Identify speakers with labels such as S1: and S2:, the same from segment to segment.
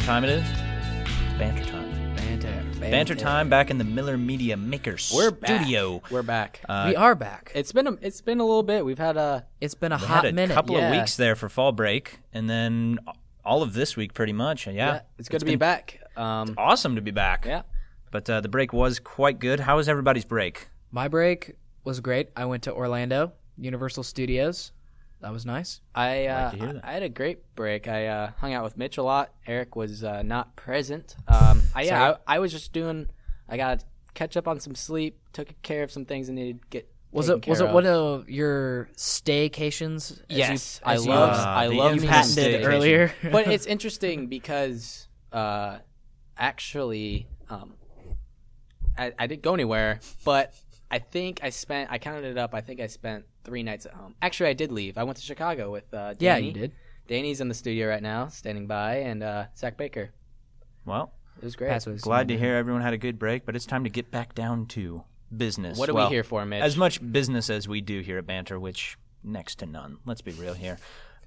S1: time it is? It's banter time.
S2: Banter. Banter,
S1: Banter time back in the Miller Media Maker
S2: We're back.
S1: Studio.
S2: We're back.
S3: we are back. It,
S2: it's been a, it's been a little bit. We've had a
S3: has been a
S1: We
S3: hot
S1: had a
S3: minute.
S1: couple
S3: yeah.
S1: of weeks there for fall break, and then all of this week pretty much. Yeah,
S2: yeah, it's good to be back. Um,
S1: awesome to be back.
S2: yeah,
S1: But uh, the break was quite good. How was everybody's break?
S3: My break was great. I went to Orlando, Universal Studios. That was nice.
S2: I uh,
S1: to hear that.
S2: I had a great break. I uh, hung out with Mitch a lot. Eric was uh, not present. Um, I, yeah, I, I was just doing. I got to catch up on some sleep. Took care of some things I needed to get.
S3: Was
S2: taken
S3: it was
S2: care
S3: it one of your staycations? as you-
S2: Yes,
S3: as
S2: I
S3: you
S2: love.
S1: Ah,
S2: I
S1: the
S2: love
S1: infamous
S2: patented
S3: patented
S1: staycation.
S3: earlier.
S2: but it's interesting because uh, actually, um, I, I didn't go anywhere, but I think I spent, I counted it up, I think I spent three nights at home. Actually, I did leave. I went to Chicago with uh, Danny.
S3: yeah, you did.
S2: Danny's in the studio right now, standing by, and uh, Zach Baker.
S1: Well,
S2: It was great.
S3: Pass was-
S1: glad to hear everyone had a good break, but it's time to get back down to business.
S2: what are
S1: Well,
S2: we here for, Mitch?
S1: As much business as we do here at Banter, which next to none. Let's be real here.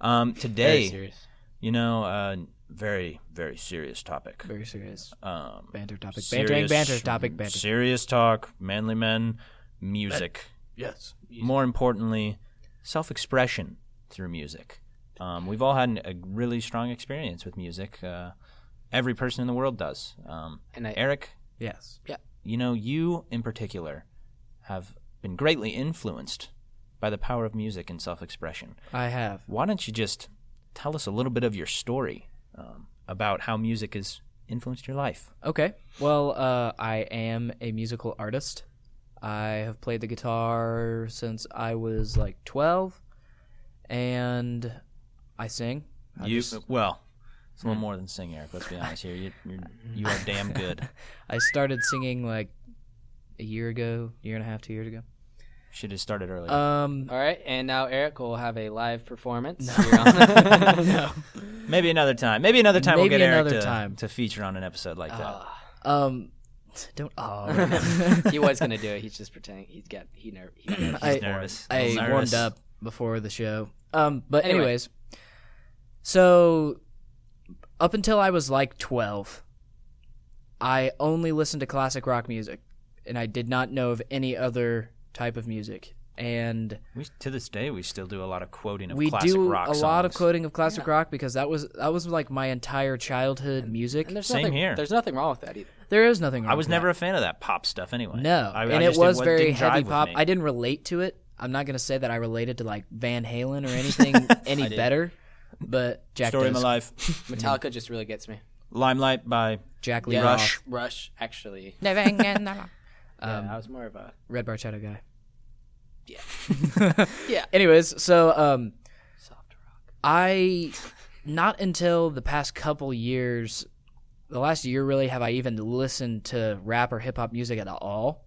S1: Um,
S2: Very
S1: today,
S2: serious.
S1: you know, uh, very very serious topic.
S3: Very serious.
S1: Um,
S3: Banter topic. Bantering
S1: serious-
S3: banter topic banter.
S1: Serious talk, manly men, music. Yes. More importantly, self expression through music. Um, we've all had an- a really strong experience with music. Uh, every person in the world does. Um,
S2: And I-
S1: Eric,
S3: yes.
S1: you know, you in particular have been greatly influenced by the power of music and self expression.
S3: I have.
S1: Why don't you just tell us a little bit of your story um, about how music has influenced your life?
S3: Okay. Well, uh, I am a musical artist. I have played the guitar since I was like 12, and I sing. I
S1: you
S3: just-
S1: well, it's a little more than sing, Eric. Let's be honest here. You you're, you are damn good.
S3: I started singing like a year ago, year and a half, two years ago.
S1: Should have started earlier.
S3: Um,
S2: All right, and now Eric will have a live performance.
S3: No.
S1: maybe another time. Maybe another time we'll
S3: Maybe
S1: get Eric
S3: another
S1: to,
S3: time.
S1: to feature on an episode like that.
S3: um, don't. Oh,
S2: he was gonna do it. He's just pretending. He's got he ner- he got
S3: I-
S1: He's nervous.
S3: I
S1: He's nervous.
S3: warmed up before the show. Um, but
S2: Anyway.
S3: anyways, so up until I was like twelve, I only listened to classic rock music, and I did not know of any other type of music. And
S1: We, to this day, we still do a lot of quoting of
S3: we
S1: classic
S3: do
S1: rock
S3: a lot of
S1: songs.
S3: quoting of classic rock because that was that was like my entire childhood music.
S2: And there's
S1: Same
S2: nothing,
S1: here.
S2: There's nothing wrong with that either.
S3: there is nothing. Wrong
S1: I was
S3: with
S1: never
S3: that.
S1: a fan of that pop stuff, anyway.
S3: no,
S1: I, I
S3: and it
S1: just-
S3: was
S1: wa-
S3: very
S1: didn't
S3: heavy
S1: jive with
S3: pop.
S1: me.
S3: I didn't relate to it. I'm not gonna say that I related to like Van Halen or anything any better, but Jack
S1: Story of my
S3: does.
S1: life.
S2: Metallica just really gets me.
S1: Limelight by
S3: Jack Lee
S2: Yeah,
S3: Roth. Um,
S1: Rush.
S2: Rush, actually. um, Yeah, I was more of a
S3: Red Bar Shadow guy.
S2: Yeah.
S3: yeah.
S2: Yeah.
S3: Anyways, so um,
S2: soft rock.
S3: I not until the past couple years, the last year really, have I even listened to rap or hip hop music at all.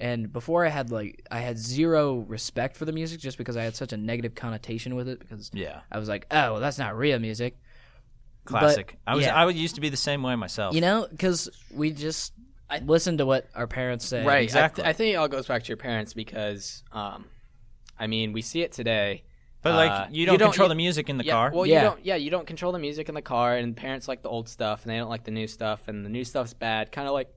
S3: And before I had like I had zero respect for the music just because I had such a negative connotation with it because
S1: Yeah,
S3: I was like, oh, well, that's not real music.
S1: classic. I was.
S3: yeah.
S1: I would- used to be the same way myself.
S3: You know, because we just
S2: I-
S3: listen to what our parents say.
S2: Right.
S1: exactly.
S2: I, th- I think it all goes back to your parents because, um, I mean, we see it today.
S1: but
S2: uh,
S1: like you
S2: you
S1: don't,
S2: don't-
S1: control
S2: you-
S1: the music in the
S2: yeah,
S1: car.
S2: Well,
S3: Yeah.
S2: you don't. Yeah, you don't control the music in the car, and parents like the old stuff, and they don't like the new stuff, and the new stuff's bad. Kind of like,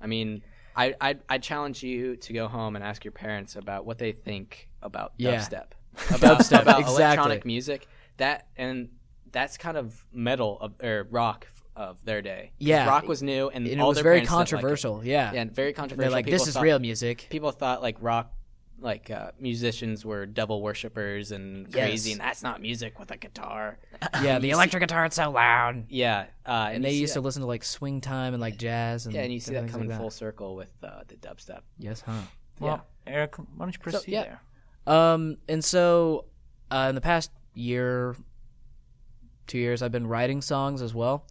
S2: I mean, I, I I challenge you to go home and ask your parents about what they think about
S3: Yeah.
S2: dubstep, about,
S3: Dubstep,
S2: about
S3: exactly.
S2: electronic music. That and that's kind of metal of, or rock of their day. 'Cause
S3: Yeah.
S2: rock was new, and,
S3: And it
S2: all
S3: was
S2: their
S3: very
S2: parents didn't like it.
S3: controversial. yeah.
S2: Yeah, and very
S3: They're
S2: controversial.
S3: like,
S2: People
S3: this is
S2: thought-
S3: real music.
S2: people thought like rock like uh, musicians were devil worshippers and crazy
S3: Yes.
S2: and that's not music with a guitar
S3: Yeah, the electric guitar it's so loud.
S2: yeah uh,
S3: And they used
S2: that,
S3: to listen to like swing time and like jazz and
S2: yeah and you see that
S3: different
S2: coming
S3: things like
S2: full circle with uh, the dubstep
S3: Yes, huh?
S1: Well, Eric, why don't you proceed
S2: yeah.
S1: there?
S3: Um, and so uh, in the past year, two years, I've been writing songs as well,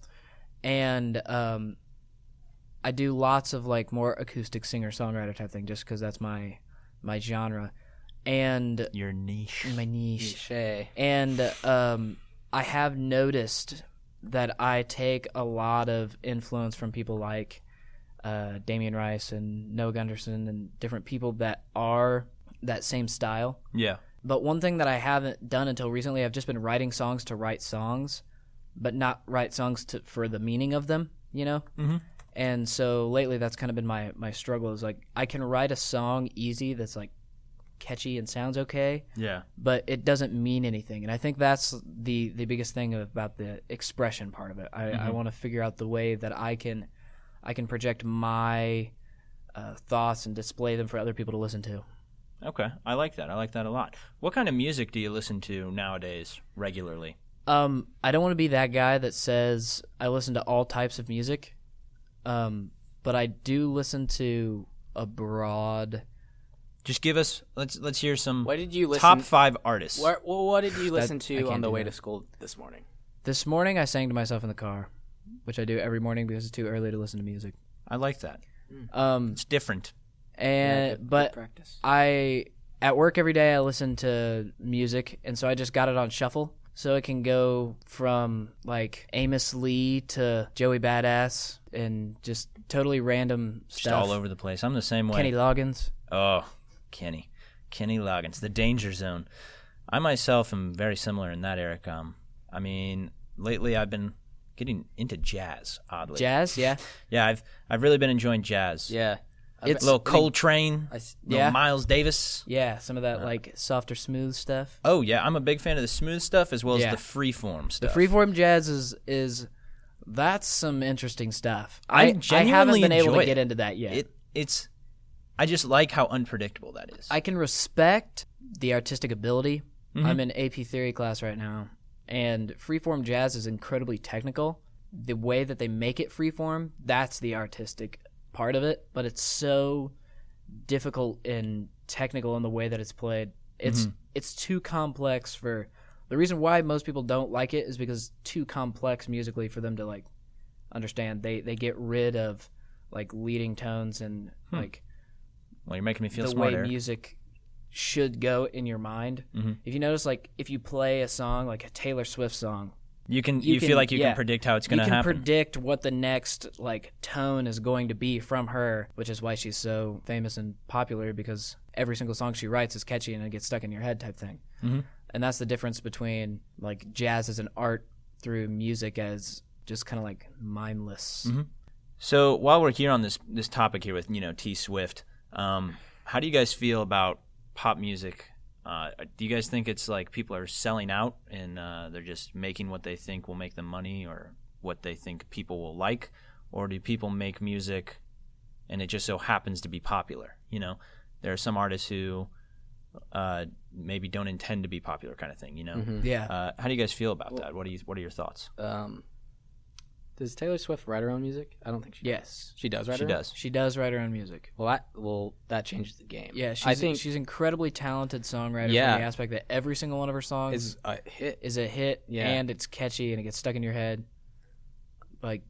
S3: and um, I do lots of like more acoustic singer songwriter type thing, just because that's my my genre and
S1: Your niche.
S3: my niche.
S2: Shay.
S3: and um, I have noticed that I take a lot of influence from people like uh, Damian Rice and Noah Gunderson and different people that are that same style.
S1: Yeah.
S3: But one thing that I haven't done until recently, I've just been writing songs to write songs, but not write songs to, for the meaning of them, you know?
S1: Mhm.
S3: And so lately that's kind of been my, my struggle is like, I can write a song easy that's like catchy and sounds okay,
S1: Yeah.
S3: but it doesn't mean anything. And I think that's the, the biggest thing about the expression part of it. I, I
S1: Mhm.
S3: want to figure out the way that I can, I can project my uh, thoughts and display them for other people to listen to.
S1: Okay. I like that. I like that a lot. What kind of music do you listen to nowadays regularly?
S3: Um, I don't want to be that guy that says I listen to all types of music, um, but I do listen to a broad.
S1: Just give us let's let's hear some
S2: What did you listen?
S1: top five artists.
S2: What, well, what did you listen
S3: I
S2: to on
S3: can't
S2: the
S3: do
S2: way
S3: that.
S2: to school this morning?
S3: This morning I sang to myself in the car, which I do every morning because it's too early to listen to music.
S1: I like that.
S3: Um,
S1: It's different.
S3: and
S2: Yeah, good- good
S3: but
S2: practice.
S3: I at work every day I listen to music, and so I just got it on shuffle, so it can go from like Amos Lee to Joey Badass and just totally random
S1: Just
S3: stuff.
S1: all over the place. I'm the same way.
S3: Kenny Loggins.
S1: Oh, Kenny. Kenny Loggins, the danger zone. I myself am very similar in that, Eric. Um, I mean, lately I've been getting into jazz, oddly.
S3: Jazz, yeah.
S1: Yeah, I've I've really been enjoying jazz.
S2: Yeah,
S1: It's little Coltrane,
S2: I s-
S1: little
S3: yeah.
S1: Miles Davis.
S3: Yeah, some of that like softer, smooth stuff.
S1: Oh yeah, I'm a big fan of the smooth stuff as well
S3: Yeah.
S1: as the free form
S3: The
S1: stuff.
S3: freeform jazz is is that's some interesting stuff.
S1: I
S3: I, I haven't
S1: genuinely
S3: been able
S1: enjoy
S3: to
S1: it.
S3: get into that yet.
S1: it it's I just like how unpredictable that is.
S3: I can respect the artistic ability.
S1: Mhm.
S3: I'm in AP theory class right now, and freeform jazz is incredibly technical. The way that they make it freeform, that's the artistic part of it, but it's so difficult and technical in the way that it's played. It's it's too complex for the reason why most people don't like it is because it's too complex musically for them to like understand. They they get rid of like leading tones and like
S1: well, you're making me feel
S3: the
S1: smart,
S3: way
S1: Eric.
S3: music should go in your mind.
S1: Mhm.
S3: If you notice, like if you play a song, like a Taylor Swift song,
S1: you can you,
S3: you
S1: feel
S3: can-
S1: like you
S3: yeah.
S1: can predict how it's
S3: you
S1: going to
S3: can
S1: happen.
S3: predict what the next like tone is going to be from her, which is why she's so famous and popular because every single song she writes is catchy and it gets stuck in your head type thing.
S1: Mhm.
S3: And that's the difference between like jazz as an art through music as just kind of like mindless.
S1: Mm-hmm. So while we're here on this this topic here with you know T Swift, um, how do you guys feel about pop music? Uh, do you guys think it's like people are selling out and uh, they're just making what they think will make them money or what they think people will like, or do people make music and it just so happens to be popular? You know, there are some artists who uh, maybe don't intend to be popular, kind of thing. You know,
S2: Mm-hmm.
S3: Yeah.
S1: uh, how do you guys feel about that? What do you What are your thoughts?
S2: Um, does Taylor Swift write her own music? I don't think she. does.
S3: yes.
S2: she does write.
S1: She
S2: her own?
S1: does.
S3: She does write her own music.
S2: Well, that well that changes the game.
S3: Yeah, she's,
S2: I think
S3: she's incredibly talented songwriter
S2: Yeah.
S3: from the aspect that every single one of her songs
S2: is
S3: is,
S2: a hit.
S3: a hit
S2: Yeah.
S3: and it's catchy and it gets stuck in your head. Like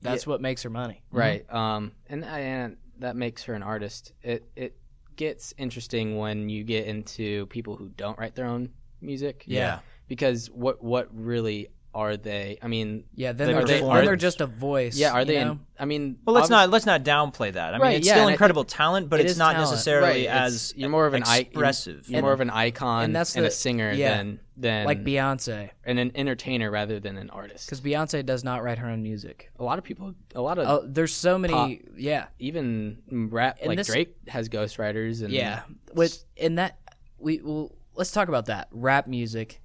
S3: that's what makes her money.
S2: right um and, and that makes her an artist it it gets interesting when you get into people who don't write their own music
S1: Yeah.
S2: because what what really are they i mean
S3: Mm-hmm. Yeah, then
S1: They
S3: they're,
S1: perform.
S3: then they're just a voice.
S2: yeah are
S3: you
S2: they
S3: know?
S2: in, i mean
S1: Well, let's
S2: obvi-
S1: not let's not downplay that. I mean,
S3: Right,
S1: it's
S3: yeah,
S1: still
S3: and I
S1: incredible talent, but
S3: it
S1: it's
S3: is
S1: not
S3: talent.
S1: necessarily
S2: Right,
S1: as
S2: it's- you're more of an i-
S1: expressive.
S2: you're more of an icon
S3: and
S2: and,
S3: that's
S2: a
S3: the-
S2: singer
S3: yeah.
S2: than than
S3: like Beyonce
S2: and an entertainer rather than an artist
S3: cuz Beyonce does not write her own music.
S2: a lot of people a lot of
S3: Oh, there's so many
S2: Pop.
S3: yeah.
S2: even rap
S3: And
S2: like
S3: this-
S2: drake has ghostwriters and
S3: Yeah, with and that we well, let's talk about that rap music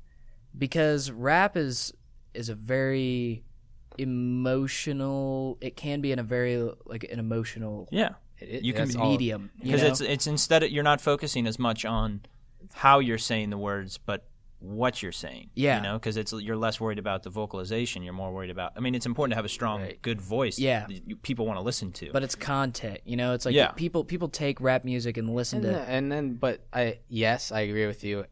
S3: because rap is is a very emotional. It can be in a very like an emotional
S1: yeah,
S2: it- it-
S1: You can
S2: that's
S1: be
S2: all-
S3: medium you
S1: because
S3: know?
S1: it's it's instead of, you're not focusing as much on how you're saying the words, but what you're saying.
S3: Yeah.
S1: you know, because it's you're less worried about the vocalization. You're more worried about. I mean, it's important to have a strong,
S2: Right.
S1: good voice.
S3: Yeah.
S1: that you, people want to listen to.
S3: but it's content. You know, it's like
S1: Yeah.
S3: people people take rap music and
S2: And,
S3: listen to.
S2: the- and then, but I yes, I agree with you.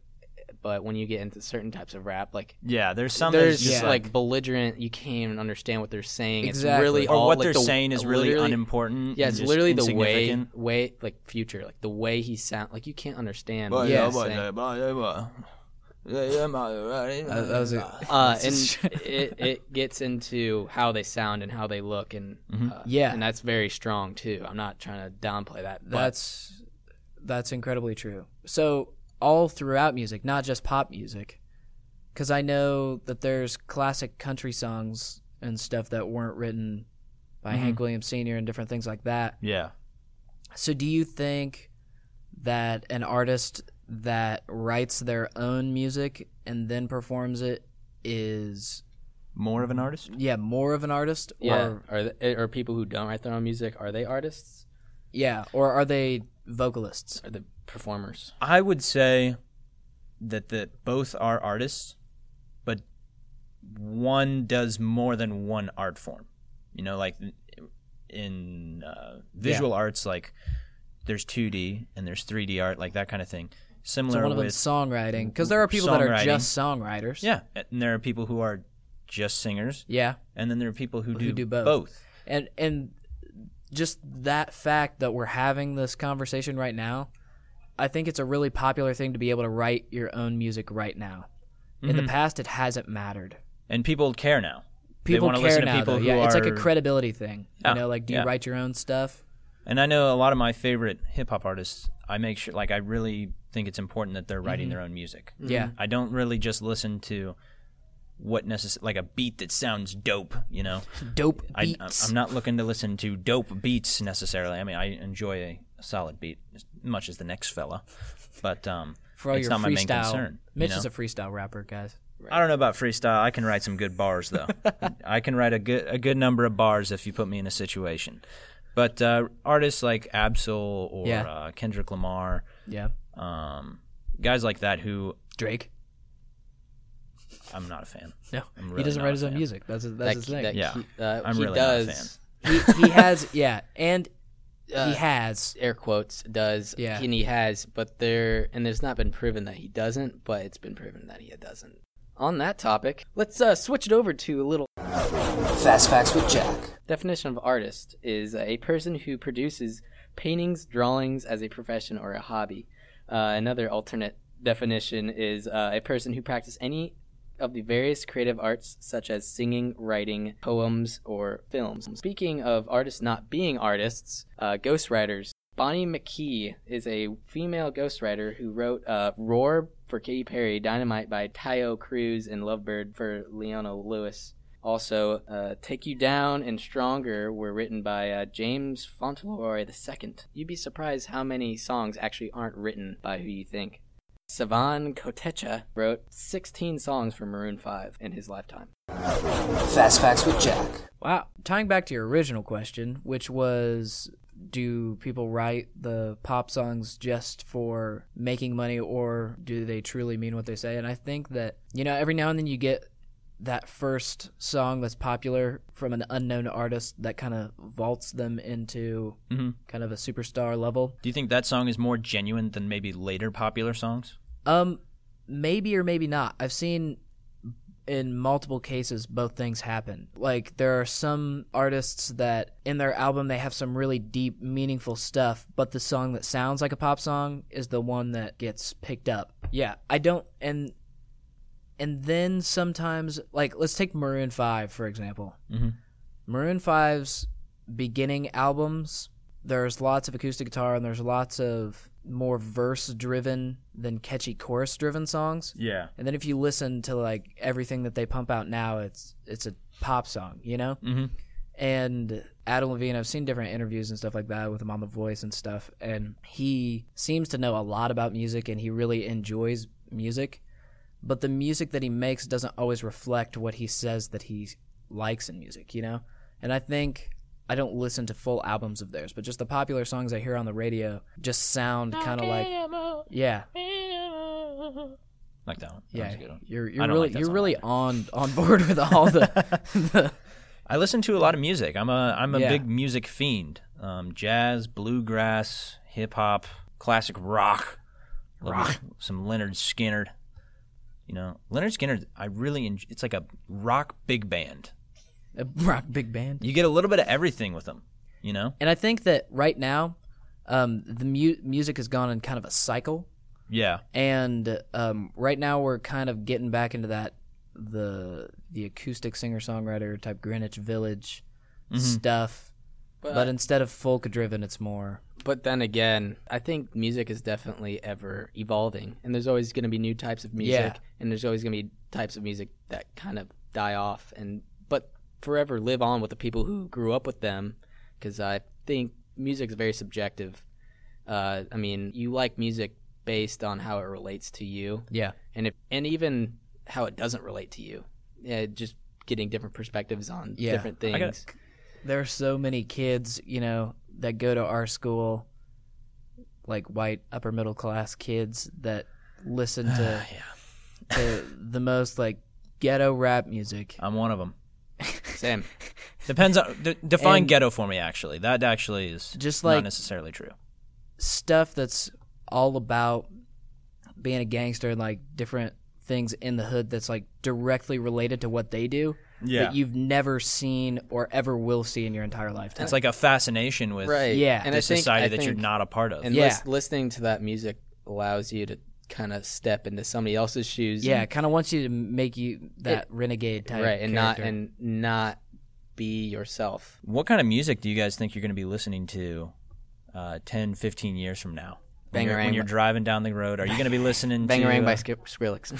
S2: But when you get into certain types of rap, like
S1: yeah, there's some that's
S2: there's
S1: just
S3: Yeah.
S2: like belligerent, you can't even understand what they're saying.
S3: Exactly.
S2: It's really
S1: or
S2: all,
S1: what
S2: like,
S1: they're
S2: the-
S1: saying is really
S2: literally-
S1: unimportant.
S2: Yeah,
S1: and
S2: it's
S1: just
S2: literally the way,
S1: insignificant.
S2: way like future, like the way he sound, like you can't understand. what
S3: yeah,
S2: he's saying.
S1: uh,
S3: That- that was a-
S2: Uh, and it, it gets into how they sound and how they look, and
S1: Mm-hmm.
S2: uh,
S3: Yeah.
S2: and that's very strong too. I'm not trying to downplay that. But
S3: That's that's incredibly true. So all throughout music, not just pop music, because I know that there's classic country songs and stuff that weren't written by
S1: Mm-hmm.
S3: Hank Williams Sr. and different things like that.
S1: Yeah.
S3: So, do you think that an artist that writes their own music and then performs it is,
S1: More of an artist?
S3: yeah, more of an artist?
S2: Yeah.
S3: Or,
S2: Or or people who don't write their own music are they artists?
S3: yeah. Or are they vocalists?
S2: Are they performers?
S1: I would say that that both are artists, but one does more than one art form. You know, like in uh, visual arts, like there's 2D and there's 3D art, like that kind of thing. Similar
S3: So, one of
S1: with
S3: them's songwriting. Because there are people that are
S1: songwriting.
S3: just songwriters.
S1: yeah, and there are people who are just singers,
S3: Yeah.
S1: and then there are people who do,
S3: do both. and and just that fact that we're having this conversation right now i think it's a really popular thing to be able to write your own music right now in the past it hasn't mattered
S1: Mm-hmm. and people care now. they
S3: people
S1: want to
S3: care
S1: listen
S3: now
S1: to people
S3: though.
S1: who
S3: yeah
S1: are
S3: it's like a credibility thing
S1: Yeah,
S3: you know like do you
S1: yeah.
S3: write your own stuff
S1: And I know a lot of my favorite hip hop artists, I make sure, like, I really think it's important that they're
S3: Mm-hmm.
S1: writing their own music.
S3: yeah
S1: I don't really just listen to what necess- like a beat that sounds dope, you know?
S3: dope
S1: I,
S3: beats
S1: I'm not looking to listen to dope beats necessarily. I mean, I enjoy a, a solid beat as much as the next fella, but um,
S3: for all
S1: it's
S3: your
S1: not
S3: freestyle
S1: my main concern. you
S3: mitch
S1: know?
S3: is a freestyle rapper guys
S1: I don't know about freestyle. I can write some good bars though. I can write a good a good number of bars if you put me in a situation. But uh, artists like Absol or
S3: Yeah.
S1: uh, Kendrick Lamar,
S3: yeah
S1: um, guys like that who
S3: drake
S1: I'm not a fan.
S3: no
S1: I'm
S3: he
S1: really
S3: doesn't
S1: not
S3: write
S1: a
S3: his own
S1: fan.
S3: music that's his, that's his
S2: That-
S3: thing
S2: that
S1: Yeah.
S2: he- uh,
S1: I'm
S2: he
S1: really not a
S2: does,
S3: he, he has yeah and
S4: Uh,
S3: he has
S2: air quotes does
S3: Yeah.
S2: and he has but there and there's not been proven that he doesn't but it's been proven that he doesn't on that topic let's uh, switch it over to a little
S4: Fast Facts with Jack.
S2: definition of artist is a person who produces paintings drawings as a profession or a hobby uh, another alternate definition is uh, a person who practices any of the various creative arts such as singing, writing, poems, or films. Speaking of artists not being artists, uh, ghostwriters. Bonnie McKee is a female ghostwriter who wrote uh, Roar for Katy Perry, Dynamite by Tayo Cruz, and Lovebird for Leona Lewis. Also, uh, Take You Down and Stronger were written by uh, James Fauntleroy II. You'd be surprised how many songs actually aren't written by who you think. Savan Kotecha wrote 16 songs for Maroon 5 in his lifetime.
S4: Fast Facts with Jack.
S3: Wow. Tying back to your original question, which was do people write the pop songs just for making money or do they truly mean what they say? And I think that, you know, every now and then you get that first song that's popular from an unknown artist that kind of vaults them into
S1: Mhm.
S3: kind of a superstar level.
S1: Do you think that song is more genuine than maybe later popular songs?
S3: Um, maybe or maybe not. I've seen in multiple cases both things happen. Like there are some artists that in their album they have some really deep, meaningful stuff, but the song that sounds like a pop song is the one that gets picked up. Yeah, I don't and and then sometimes like let's take Maroon 5 for example.
S1: Mhm.
S3: Maroon 5's beginning albums there's lots of acoustic guitar and there's lots of more verse driven than catchy chorus driven songs.
S1: Yeah.
S3: And then if you listen to like everything that they pump out now, it's it's a pop song, you know.
S1: Mhm.
S3: And Adam Levine, I've seen different interviews and stuff like that with him on The Voice and stuff, and he seems to know a lot about music and he really enjoys music, but the music that he makes doesn't always reflect what he says that he likes in music, you know. And I think. I don't listen to full albums of theirs, but just the popular songs I hear on the radio just sound kind of like, yeah,
S1: Like that one. That was
S3: yeah,
S1: a good one.
S3: you're
S1: I
S3: you're
S1: don't
S3: really
S1: like that
S3: you're
S1: song
S3: really on on board with all the, the
S1: I listen to a lot of music. I'm a I'm a
S3: Yeah.
S1: big music fiend. Um, jazz, bluegrass, hip hop, classic rock, Love me some- some Leonard Skinner. You know, Leonard Skinner. I really enjoy, it's like a rock big band.
S3: a rock big band.
S1: You get a little bit of everything with them. You know.
S3: And I think that right now, um, the mu- music has gone in kind of a cycle,
S1: Yeah.
S3: and um, right now we're kind of getting back into that the the acoustic singer songwriter type Greenwich Village
S1: Mm-hmm.
S3: stuff. But, instead of folk driven, it's more
S2: But then again, I think music is definitely ever evolving, and there's always going to be new types of music,
S3: Yeah.
S2: and there's always going to be types of music that kind of die off and but forever live on with the people who grew up with them because I think music is very subjective. Uh, I mean, you like music based on how it relates to you
S3: Yeah.
S2: and if and even how it doesn't relate to you. Yeah, just getting different perspectives on
S3: Yeah.
S2: different things.
S1: I got-
S3: There are so many kids, you know, that go to our school, like white upper middle class kids that listen to, to the most like ghetto rap music.
S1: I'm one of them.
S2: Sam,
S1: Depends on d- define
S3: And-
S1: ghetto for me. Actually, that actually is
S3: Just
S1: not
S3: like-
S1: necessarily true.
S3: stuff that's all about being a gangster and like different things in the hood that's like directly related to what they do
S1: Yeah.
S3: that you've never seen or ever will see in your entire lifetime.
S1: It's like a fascination with
S2: right?
S3: Yeah.
S1: the
S2: and I think,
S1: society
S2: I
S1: that you're
S2: think-
S1: not a part of.
S2: And
S3: Yeah.
S2: lis- listening to that music allows you to kind of step into somebody else's shoes.
S3: yeah,
S2: and-
S3: kind of wants you to make you that renegade type,
S2: right, and not
S3: character.
S2: and not be yourself.
S1: what kind of music do you guys think you're going to be listening to uh, 10, 15 years from now? When you're, when
S2: Bangarang.
S1: you're driving down the road, are you going to be listening to
S2: Bangarang by
S1: uh,
S2: Skip Skrillex.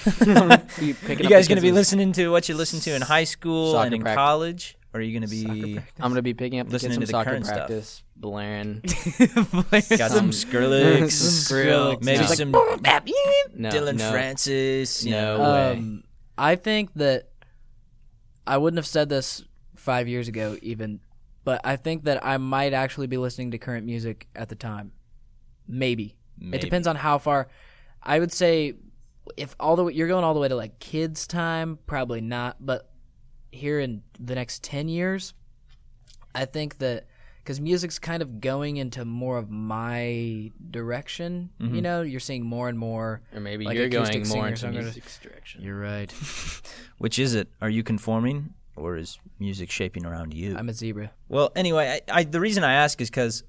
S3: you
S1: You guys going to be listening to what you listened to in high school
S2: Soccer
S1: and in
S2: practice.
S1: college, or are you going to be
S2: I'm gonna be picking up the
S1: Listening
S2: kids
S1: to the
S2: from soccer
S1: current stuff.
S2: practice, blaring.
S1: got some
S2: Some-
S1: Skrillex,
S2: some Skrillex.
S1: maybe
S2: No.
S1: some
S2: No,
S1: Dylan
S2: no.
S1: Francis? You
S2: No.
S1: know,
S2: Uh, way.
S3: Um, I think that I wouldn't have said this five years ago, even, but I think that I might actually be listening to current music at the time. Maybe.
S1: Maybe.
S3: It depends on how far. I would say if all the way, you're going all the way to like kids' time, probably not. But here in the next ten years, I think that because music's kind of going into more of my direction. You know, you're seeing more and more.
S2: Or maybe
S3: Like
S2: you're
S3: acoustic
S2: going more into
S3: singer-songwriter.
S2: music's direction.
S3: You're right.
S1: Which is it? Are you conforming, or is music shaping around you?
S3: I'm a zebra.
S1: Well, anyway, I, I, the reason I ask is because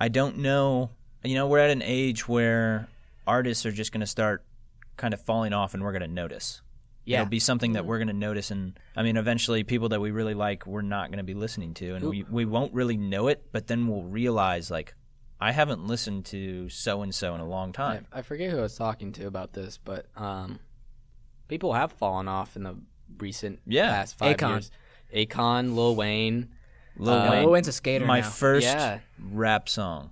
S1: I don't know. You know, we're at an age where artists are just going to start kind of falling off, and we're going to notice.
S3: Yeah.
S1: It'll be something that we're going to notice, and I mean, eventually, people that we really like, we're not going to be listening to, and we, we won't really know it, but then we'll realize like, I haven't listened to so and so in a long
S2: I,
S1: time.
S2: I forget who I was talking to about this, but um, people have fallen off in the recent
S1: Yeah.
S2: past five
S3: Akon.
S2: years. Akon, Lil Wayne.
S1: Lil
S2: Uh,
S3: No,
S1: Wayne,
S3: Lil Wayne's a skater
S1: my
S3: now.
S1: first
S2: Yeah.
S1: rap song,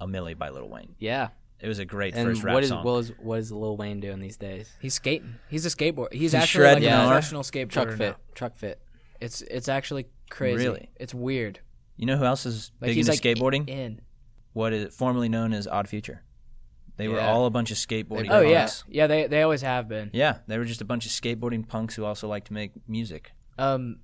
S1: "A Millie" by Lil Wayne.
S2: Yeah.
S1: It was a great
S2: And
S1: first rap
S2: what is,
S1: song.
S2: what is what is Lil Wayne doing these days?
S3: He's skating. He's a skateboard. He's,
S1: He's
S3: actually like
S1: shredding
S3: a
S2: it.
S3: professional skateboarder.
S2: Truck fit.
S3: now.
S2: Truck fit.
S3: It's it's actually crazy.
S1: Really?
S3: It's weird.
S1: you know who else is
S3: Like
S1: big
S3: he's
S1: into
S3: like
S1: skateboarding?
S3: in.
S1: what is formerly known as Odd Future. They were
S2: Yeah.
S1: all a bunch of skateboarding.
S3: Oh yeah,
S1: punks.
S3: yeah. They they always have been.
S1: yeah. They were just a bunch of skateboarding punks who also like to make music.
S3: Um,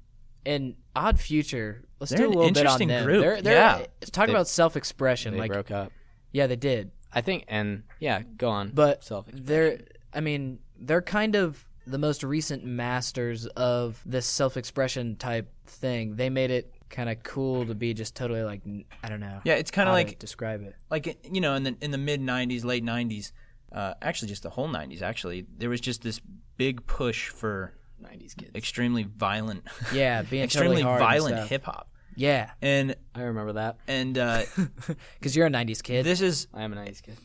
S3: and Odd Future. Let's
S1: They're
S3: do a
S1: an
S3: little bit on
S1: interesting
S3: them.
S1: group.
S3: They're, they're,
S1: Yeah.
S3: Talk
S2: They-
S3: about self-expression.
S2: They
S3: Like
S2: broke up.
S3: yeah, they did.
S2: I think, and yeah, go on.
S3: But
S2: self.
S3: They're. I mean, they're kind of the most recent masters of this self-expression type thing. They made it kind of cool to be just totally like n- I don't know.
S1: Yeah, it's kind
S3: how
S1: of
S3: to
S1: like
S3: describe it.
S1: like you know in the in the mid '90s, late '90s, uh, actually just the whole '90s. Actually, there was just this big push for
S2: 90s kids.
S1: extremely violent,
S3: Yeah, being
S1: extremely
S3: totally hard and
S1: violent
S3: stuff.
S1: hip hop.
S3: Yeah,
S1: And
S2: I remember that.
S1: and uh,
S3: because you're a '90s kid.
S1: this is
S2: I am a 90s kid.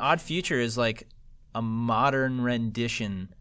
S1: Odd Future is like a modern rendition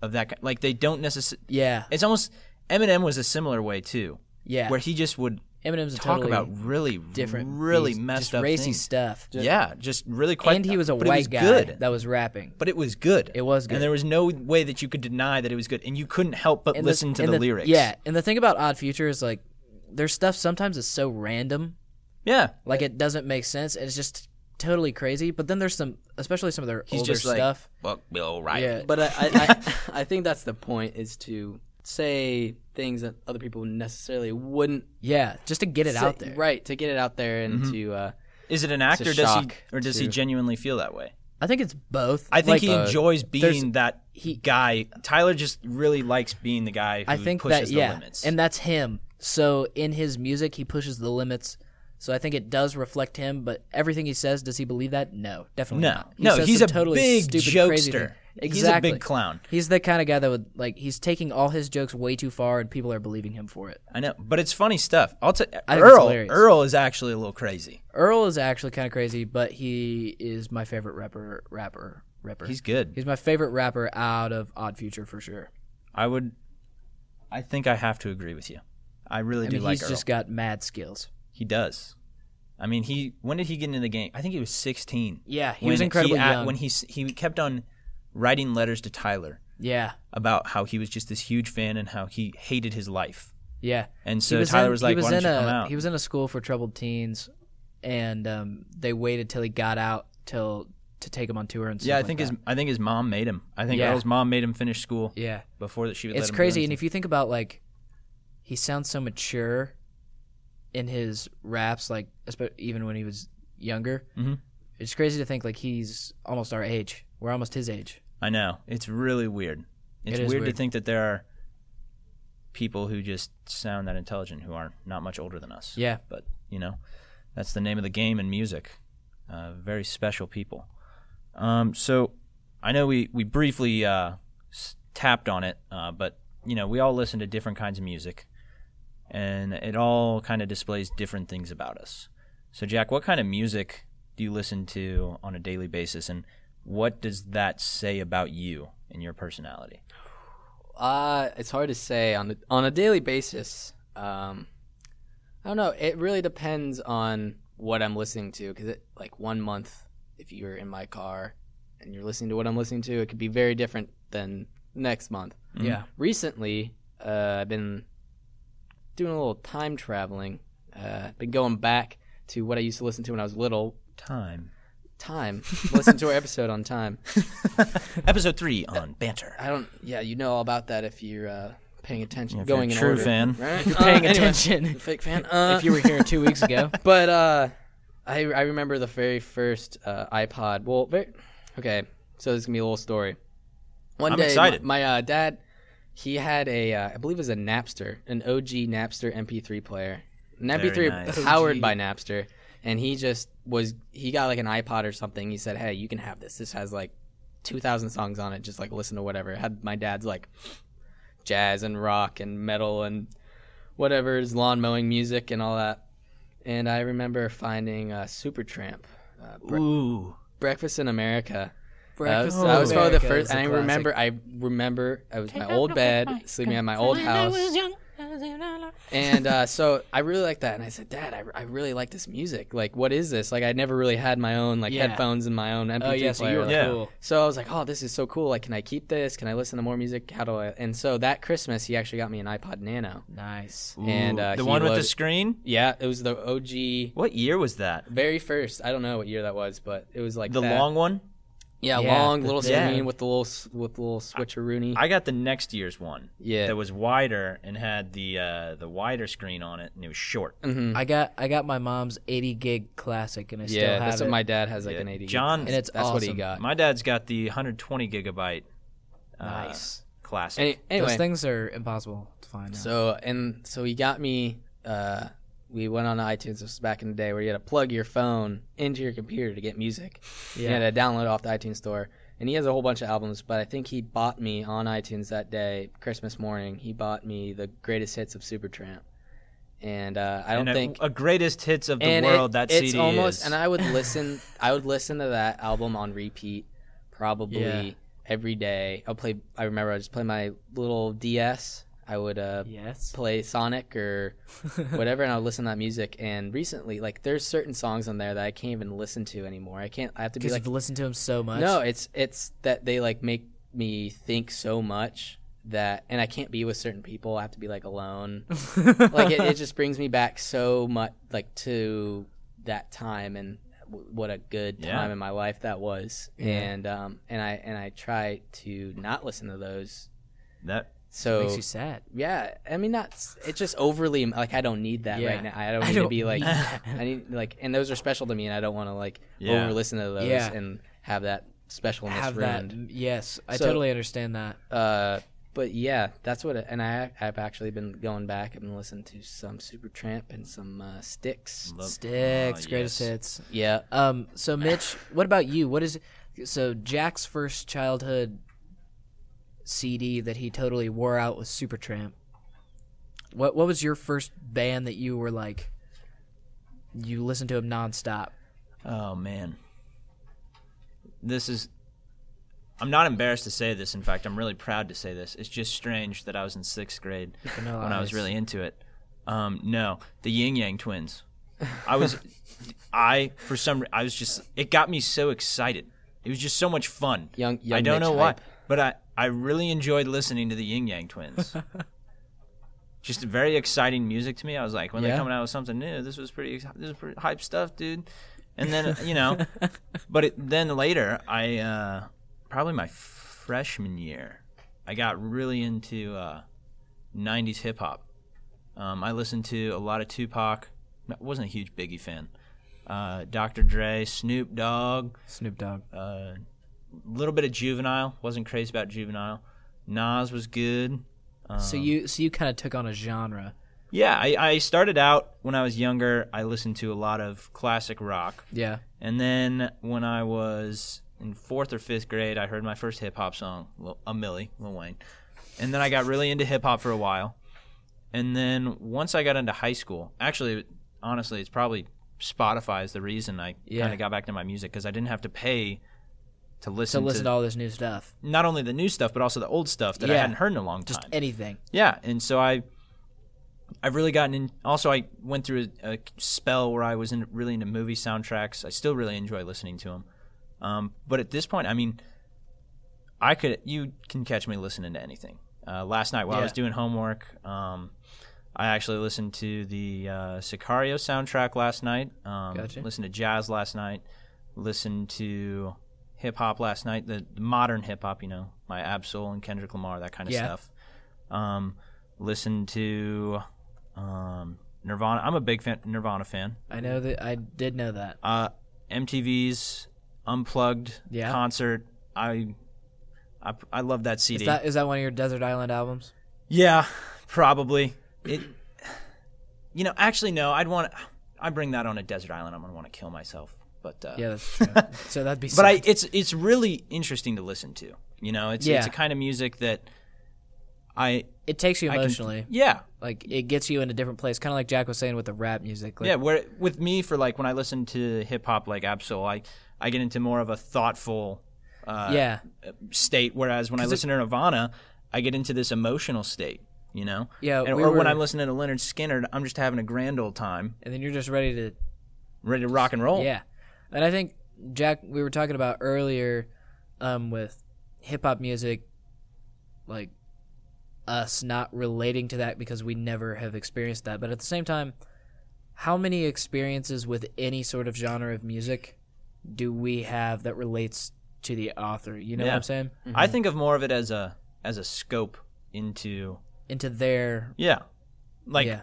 S1: of that. ki- Like they don't necessarily.
S3: yeah,
S1: It's almost Eminem was a similar way too,
S3: yeah.
S1: where he just would
S3: Eminem's a
S1: talk
S3: totally
S1: about really
S3: different,
S1: really
S3: beast,
S1: messed
S3: just
S1: up
S3: racy
S1: things.
S3: stuff.
S1: yeah, just really quite.
S3: and he was a
S1: but it
S3: white
S1: was
S3: guy
S1: Good,
S3: that was rapping.
S1: but it was good.
S3: It was good.
S1: and there was no way that you could deny that it was good, and you couldn't help but
S3: And
S1: listen to
S3: and
S1: the, lyrics.
S3: Yeah, and the thing about Odd Future is like their stuff sometimes is so random,
S1: yeah.
S3: like it doesn't make sense, and it's just totally crazy. But then there's some, especially some of their
S1: He's
S3: older
S1: just like,
S3: stuff.
S1: Fuck Bill O'Reilly.
S3: Yeah.
S2: But I, I, I, I think that's the point is to say things that other people necessarily wouldn't
S3: yeah, just to get it
S2: say-
S3: out there.
S2: Right, to get it out there and to uh,
S1: Is it an act,
S2: It's a
S1: or does he,
S2: shock
S1: or does he
S2: to-
S1: genuinely feel that way?
S3: I think it's both.
S1: I think
S3: Like,
S1: he
S3: uh,
S1: enjoys
S3: there's-
S1: being that guy. Tyler just really likes being the guy who
S3: I think
S1: pushes
S3: that
S1: the
S3: yeah,
S1: limits.
S3: and that's him. So in his music, he pushes the limits. So I think it does reflect him, but everything he says, does he believe that? No, definitely
S1: No.
S3: not.
S1: No,
S3: says
S1: he's
S3: some
S1: a big
S3: crazy
S1: jokester.
S3: thing.
S1: He's a big
S3: Exactly.
S1: clown.
S3: He's the kind of guy that would like he's taking all his jokes way too far, and people are believing him for it.
S1: I know, but it's funny stuff. I'll tell
S3: think it's
S1: Earl.
S3: hilarious.
S1: Earl is actually a little crazy.
S3: Earl is actually kind of crazy, but he is my favorite rapper. Rapper. Ripper.
S1: He's good.
S3: He's my favorite rapper out of Odd Future for sure.
S1: I would. I think I have to agree with you. I really
S3: I
S1: do
S3: mean,
S1: like
S3: he's
S1: Earl.
S3: just got mad skills.
S1: He does. I mean, he. When did he get into the game? I think he was 16.
S3: Yeah, he
S1: When
S3: was incredibly
S1: a-
S3: young.
S1: When he s- he kept on writing letters to Tyler
S3: Yeah,
S1: about how he was just this huge fan and how he hated his life.
S3: yeah.
S1: And
S3: he
S1: so
S3: was
S1: Tyler
S3: in,
S1: was
S3: he
S1: like,
S3: was
S1: "Why don't
S3: in
S1: you
S3: a,
S1: come out?"
S3: He was in a school for troubled teens, and um, they waited till he got out till to take him on tour and stuff.
S1: yeah, I
S3: like
S1: think
S3: that.
S1: his I think his mom made him. I think
S3: Yeah.
S1: Earl's mom made him finish school
S3: yeah.
S1: before that she would.
S3: It's
S1: let him do
S3: crazy, and
S1: anything.
S3: if you think about like, he sounds so mature in his raps, like espe- even when he was younger.
S1: Mhm.
S3: It's crazy to think like he's almost our age. We're almost his age.
S1: I know it's really weird. It's
S3: It is
S1: weird,
S3: weird.
S1: to think that there are people who just sound that intelligent who are not much older than us.
S3: Yeah.
S1: but you know, that's the name of the game in music. Uh, very special people. Um, so I know we we briefly uh, s- tapped on it, uh, but you know we all listen to different kinds of music, and it all kind of displays different things about us. So Jack, what kind of music do you listen to on a daily basis, and what does that say about you and your personality?
S2: Uh, it's hard to say on the, on a daily basis. Um, I don't know. It really depends on what I'm listening to because like one month, if you're in my car and you're listening to what I'm listening to, it could be very different than next month.
S1: Mm-hmm.
S3: Yeah.
S2: Recently, uh, I've been doing a little time traveling. Uh, been going back to what I used to listen to when I was little.
S1: Time.
S2: Time. listen to our episode on time.
S1: Episode three on banter.
S2: I don't. Yeah, you know all about that if you're uh, paying attention.
S1: Yeah, if you're
S2: going
S1: a
S2: in
S1: true
S2: order,
S1: fan.
S2: right?
S3: You're paying
S2: Uh, anyway,
S3: attention.
S2: Fake fan. Uh,
S3: if you were here two weeks ago,
S2: but uh, I I remember the very first uh, iPod. Well, very okay. So this is gonna be a little story. One
S1: I'm
S2: day,
S1: excited.
S2: my, my, uh, dad, he had a uh, I believe it was a Napster, an OG Napster MP3 player, an
S1: Very
S2: MP3
S1: nice.
S2: powered by Napster, and he just was he got like an iPod or something. He said, "Hey, you can have this. This has like 2,000 songs on it. Just like listen to whatever." It had my dad's like jazz and rock and metal and whatever's lawn mowing music and all that. And I remember finding uh, Supertramp, uh, Bre-
S1: Ooh.
S2: Breakfast in America. That was,
S3: Breakfast in
S2: that was probably the
S3: America
S2: first.
S3: is a
S2: And I
S3: classic.
S2: remember, I remember, I was in my old bed, sleeping at my old house. and uh, so I really liked that. And I said, Dad, I, I really like this music. Like, what is this? Like, I never really had my own like
S3: Yeah.
S2: headphones and my own MP3
S3: Oh yeah, so you
S2: player.
S3: were
S1: Yeah.
S3: cool.
S2: So I was like, oh, this is so cool. Like, can I keep this? Can I listen to more music? How do I? And so that Christmas, he actually got me an iPod Nano.
S3: Nice.
S2: And, uh,
S1: the
S2: he
S1: one with the
S2: loaded-
S1: screen?
S2: Yeah, it was the OG,
S1: What year was that?
S2: very first. I don't know what year that was, but it was like
S1: The
S2: that.
S1: long one?
S2: yeah,
S3: Yeah,
S2: long
S3: the
S2: little
S3: thing.
S2: screen with the little s- with the little switcheroony.
S1: I got the next year's one
S2: yeah,
S1: that was wider and had the uh, the wider screen on it and it was short.
S2: Mhm.
S3: I got I got my mom's 80 gig classic, and I still
S2: yeah.
S3: have
S2: That's
S3: it.
S2: what my dad has like
S1: Yeah.
S2: an eighty.
S1: John-
S3: and it's
S2: that's what he
S3: awesome.
S2: got.
S1: My dad's got the 120 gigabyte uh,
S3: Nice.
S1: classic.
S2: Any- anyway,
S3: Those things are impossible to find. Now.
S2: So and so he got me. Uh, we went on iTunes. This was back in the day where you had to plug your phone into your computer to get music. You had to download it off the iTunes store. And he has a whole bunch of albums, but I think he bought me on iTunes that day, Christmas morning. He bought me the greatest hits of Supertramp, and uh, I don't
S1: and a-
S2: think
S1: a, greatest hits of the
S2: and
S1: world
S2: it-
S1: that
S2: it's
S1: CD
S2: almost.
S1: is.
S2: And I would listen. I would listen to that album on repeat, probably
S3: Yeah.
S2: every day. I'll play. I remember I just play my little DS. I would uh,
S3: yes.
S2: play Sonic or whatever, and I would listen to that music. And recently, like there's certain songs on there that I can't even listen to anymore. I can't. I have to be
S3: Because
S2: like,
S3: you've listened to him so much.
S2: no, it's it's that they like make me think so much that, and I can't be with certain people. I have to be like alone. like it, it just brings me back so much, like to that time and w- what a good
S1: Yeah.
S2: time in my life that was. And um and I and I try to not listen to those.
S1: that
S2: So
S3: makes you sad.
S2: yeah, I mean not. s- It's just overly like I don't need that
S3: Yeah.
S2: right now. I don't
S3: I
S2: need to
S3: don't
S2: be like
S3: need that.
S2: I need like, and those are special to me, and I don't want to like
S1: Yeah.
S2: over listen to those
S3: Yeah.
S2: and have that specialness
S3: Have that.
S2: ruined.
S3: Yes, I
S2: So-
S3: totally understand that.
S2: Uh, but yeah, that's what. It, and I I've actually been going back and listening to some Supertramp and some uh, Sticks.
S1: love-
S3: Sticks,
S1: Ah,
S3: greatest
S1: yes.
S3: hits.
S2: Yeah.
S3: Um. So Mitch, what about you? What is so Jack's first childhood CD that he totally wore out was Supertramp. What What was your first band that you were like? You listened to him nonstop.
S1: Oh man. oh, This is I'm not embarrassed to say this. In fact, I'm really proud to say this. It's just strange that I was in sixth grade
S3: Vanilla
S1: when I was
S3: Ice.
S1: really into it. Um, no, the Yin Yang Twins. I was, I for some, re- I was just. It got me so excited. It was just so much fun.
S2: Young- young
S1: I don't
S2: Mitch
S1: know why,
S2: hype.
S1: but I I really enjoyed listening to the Yin Yang Twins. just very exciting music to me. I was like, when
S3: Yeah.
S1: they're coming out with something new, this was pretty, ex- this was pretty hype stuff, dude. And then you know, but it, then later, I uh, probably my freshman year, I got really into uh, '90s hip hop. Um, I listened to a lot of Tupac. No, wasn't a huge Biggie fan. Uh, Dr. Dre, Snoop Dogg,
S3: Snoop Dogg.
S1: uh, little bit of Juvenile. Wasn't crazy about Juvenile. Nas was good. Um,
S3: so you so you kind of took on a genre.
S1: yeah, I, I started out when I was younger. I listened to a lot of classic rock.
S3: Yeah.
S1: And then when I was in fourth or fifth grade, I heard my first hip hop song, Lil- a Millie, Lil Wayne. And then I got really into hip hop for a while. And then once I got into high school, actually, honestly, it's probably Spotify is the reason I
S3: Yeah.
S1: kind of got back to my music because I didn't have to pay to
S3: So
S1: listen to,
S3: listen to all this new stuff.
S1: not only the new stuff but also the old stuff that I
S3: Yeah.
S1: hadn't heard in a long time.
S3: Anything.
S1: Yeah, and so I, I've really gotten in. Also, I went through a, a spell where I was in, really into movie soundtracks. I still really enjoy listening to them. Um, but at this point, I mean, I could you can catch me listening to anything. Uh, last night while I was
S3: Yeah.
S1: doing homework, um, I actually listened to the uh, Sicario soundtrack last night. Um,
S3: Gotcha.
S1: Listened to jazz last night. Listened to hip hop last night. The, the modern hip hop, you know, my Absol and Kendrick Lamar, that kind of
S3: Yeah.
S1: stuff. Um, listened to um, Nirvana. I'm a big fan, Nirvana fan.
S3: I know that I did know that.
S1: Uh, MTV's Unplugged
S3: Yeah.
S1: concert. I, I I love that CD.
S3: Is that is that one of your Desert Island albums?
S1: Yeah, probably. It. You know, actually, no. I'd want. I bring that on a desert island. I'm gonna want to kill myself. But uh,
S3: Yeah, that's true. so that'd be.
S1: but I,
S3: sick.
S1: it's it's really interesting to listen to. You know, it's
S3: Yeah.
S1: it's a kind of music that I
S3: it takes you
S1: I can-
S3: emotionally.
S1: yeah,
S3: like it gets you in a different place, kind of like Jack was saying with the rap music. Like,
S1: yeah. Where with me for like when I listen to hip hop like Absol, I I get into more of a thoughtful uh,
S3: yeah,
S1: state. Whereas when I listen to Nirvana, I get into this emotional state. You know,
S3: Yeah,
S1: and,
S3: we
S1: or
S3: were-
S1: when I'm listening to Leonard Skinner, I'm just having a grand old time.
S3: and then you're just ready to
S1: ready to rock and roll.
S3: Yeah, and I think Jack, we were talking about earlier um, with hip hop music, like us not relating to that because we never have experienced that. But at the same time, how many experiences with any sort of genre of music do we have that relates to the author? You know what
S1: Yeah.
S3: I'm saying?
S1: I think of more of it as a as a scope into
S3: Into their
S1: yeah, like
S3: yeah,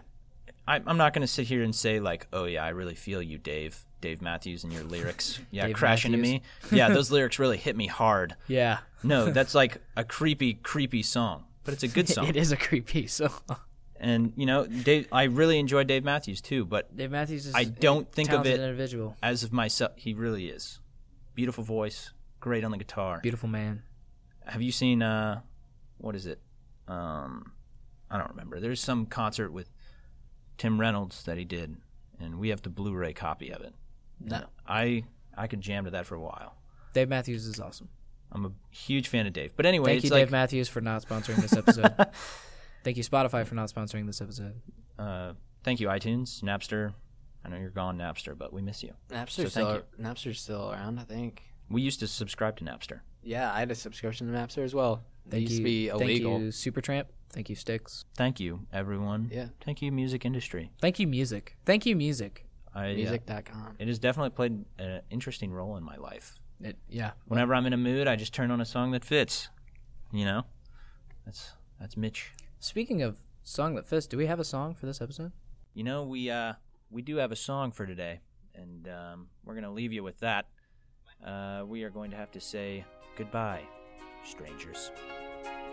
S1: I, I'm not going to sit here and say like, oh yeah, I really feel you, Dave, Dave Matthews, and your lyrics, yeah,
S3: Dave
S1: crash into me,
S3: Matthews.
S1: yeah, those lyrics really hit me hard.
S3: yeah.
S1: No, that's like a creepy, creepy song, but it's a good song,
S3: It is a creepy song.
S1: and you know, Dave, I really enjoy Dave Matthews too, but
S3: Dave Matthews is
S1: I don't think of
S3: talented
S1: it
S3: individual,
S1: as of myself. He really is beautiful voice, great on the guitar.
S3: beautiful man.
S1: have you seen uh what is it um i don't remember there's some concert with tim reynolds that he did and we have the blu-ray copy of it
S3: No,
S1: i i could jam to that for a while
S3: Dave Matthews is awesome.
S1: i'm a huge fan of dave but anyway
S3: Thank
S1: it's
S3: you,
S1: like
S3: Dave Matthews, for not sponsoring this episode. Thank you, Spotify, for not sponsoring this episode.
S1: uh thank you itunes napster i know you're gone napster but we miss you
S2: Napster's
S1: So
S2: still
S1: thank
S2: Napster's still around, I think.
S1: we used to subscribe to napster
S2: Yeah, I had a subscription to Napster as well. They
S3: Thank
S2: used
S3: you,
S2: to be illegal.
S3: Thank you, Supertramp. Thank you, Sticks.
S1: thank you everyone
S2: Yeah.
S1: thank you music industry
S3: Thank you, music. Thank you, music.
S1: I, uh,
S2: Music.com.
S1: it has definitely played an interesting role in my life
S3: It, yeah,
S1: whenever I'm in a mood, I just turn on a song that fits. You know, that's that's Mitch.
S3: Speaking of song that fits, do we have a song for this episode?
S1: You know, we uh we do have a song for today, and um, we're gonna leave you with that. Uh, we are going to have to say goodbye, strangers.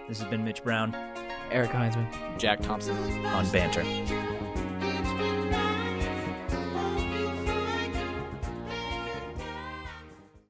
S1: This has been Mitch Brown
S3: Eric Heinzman.
S2: Jack Thompson.
S1: on Banter.
S5: Thank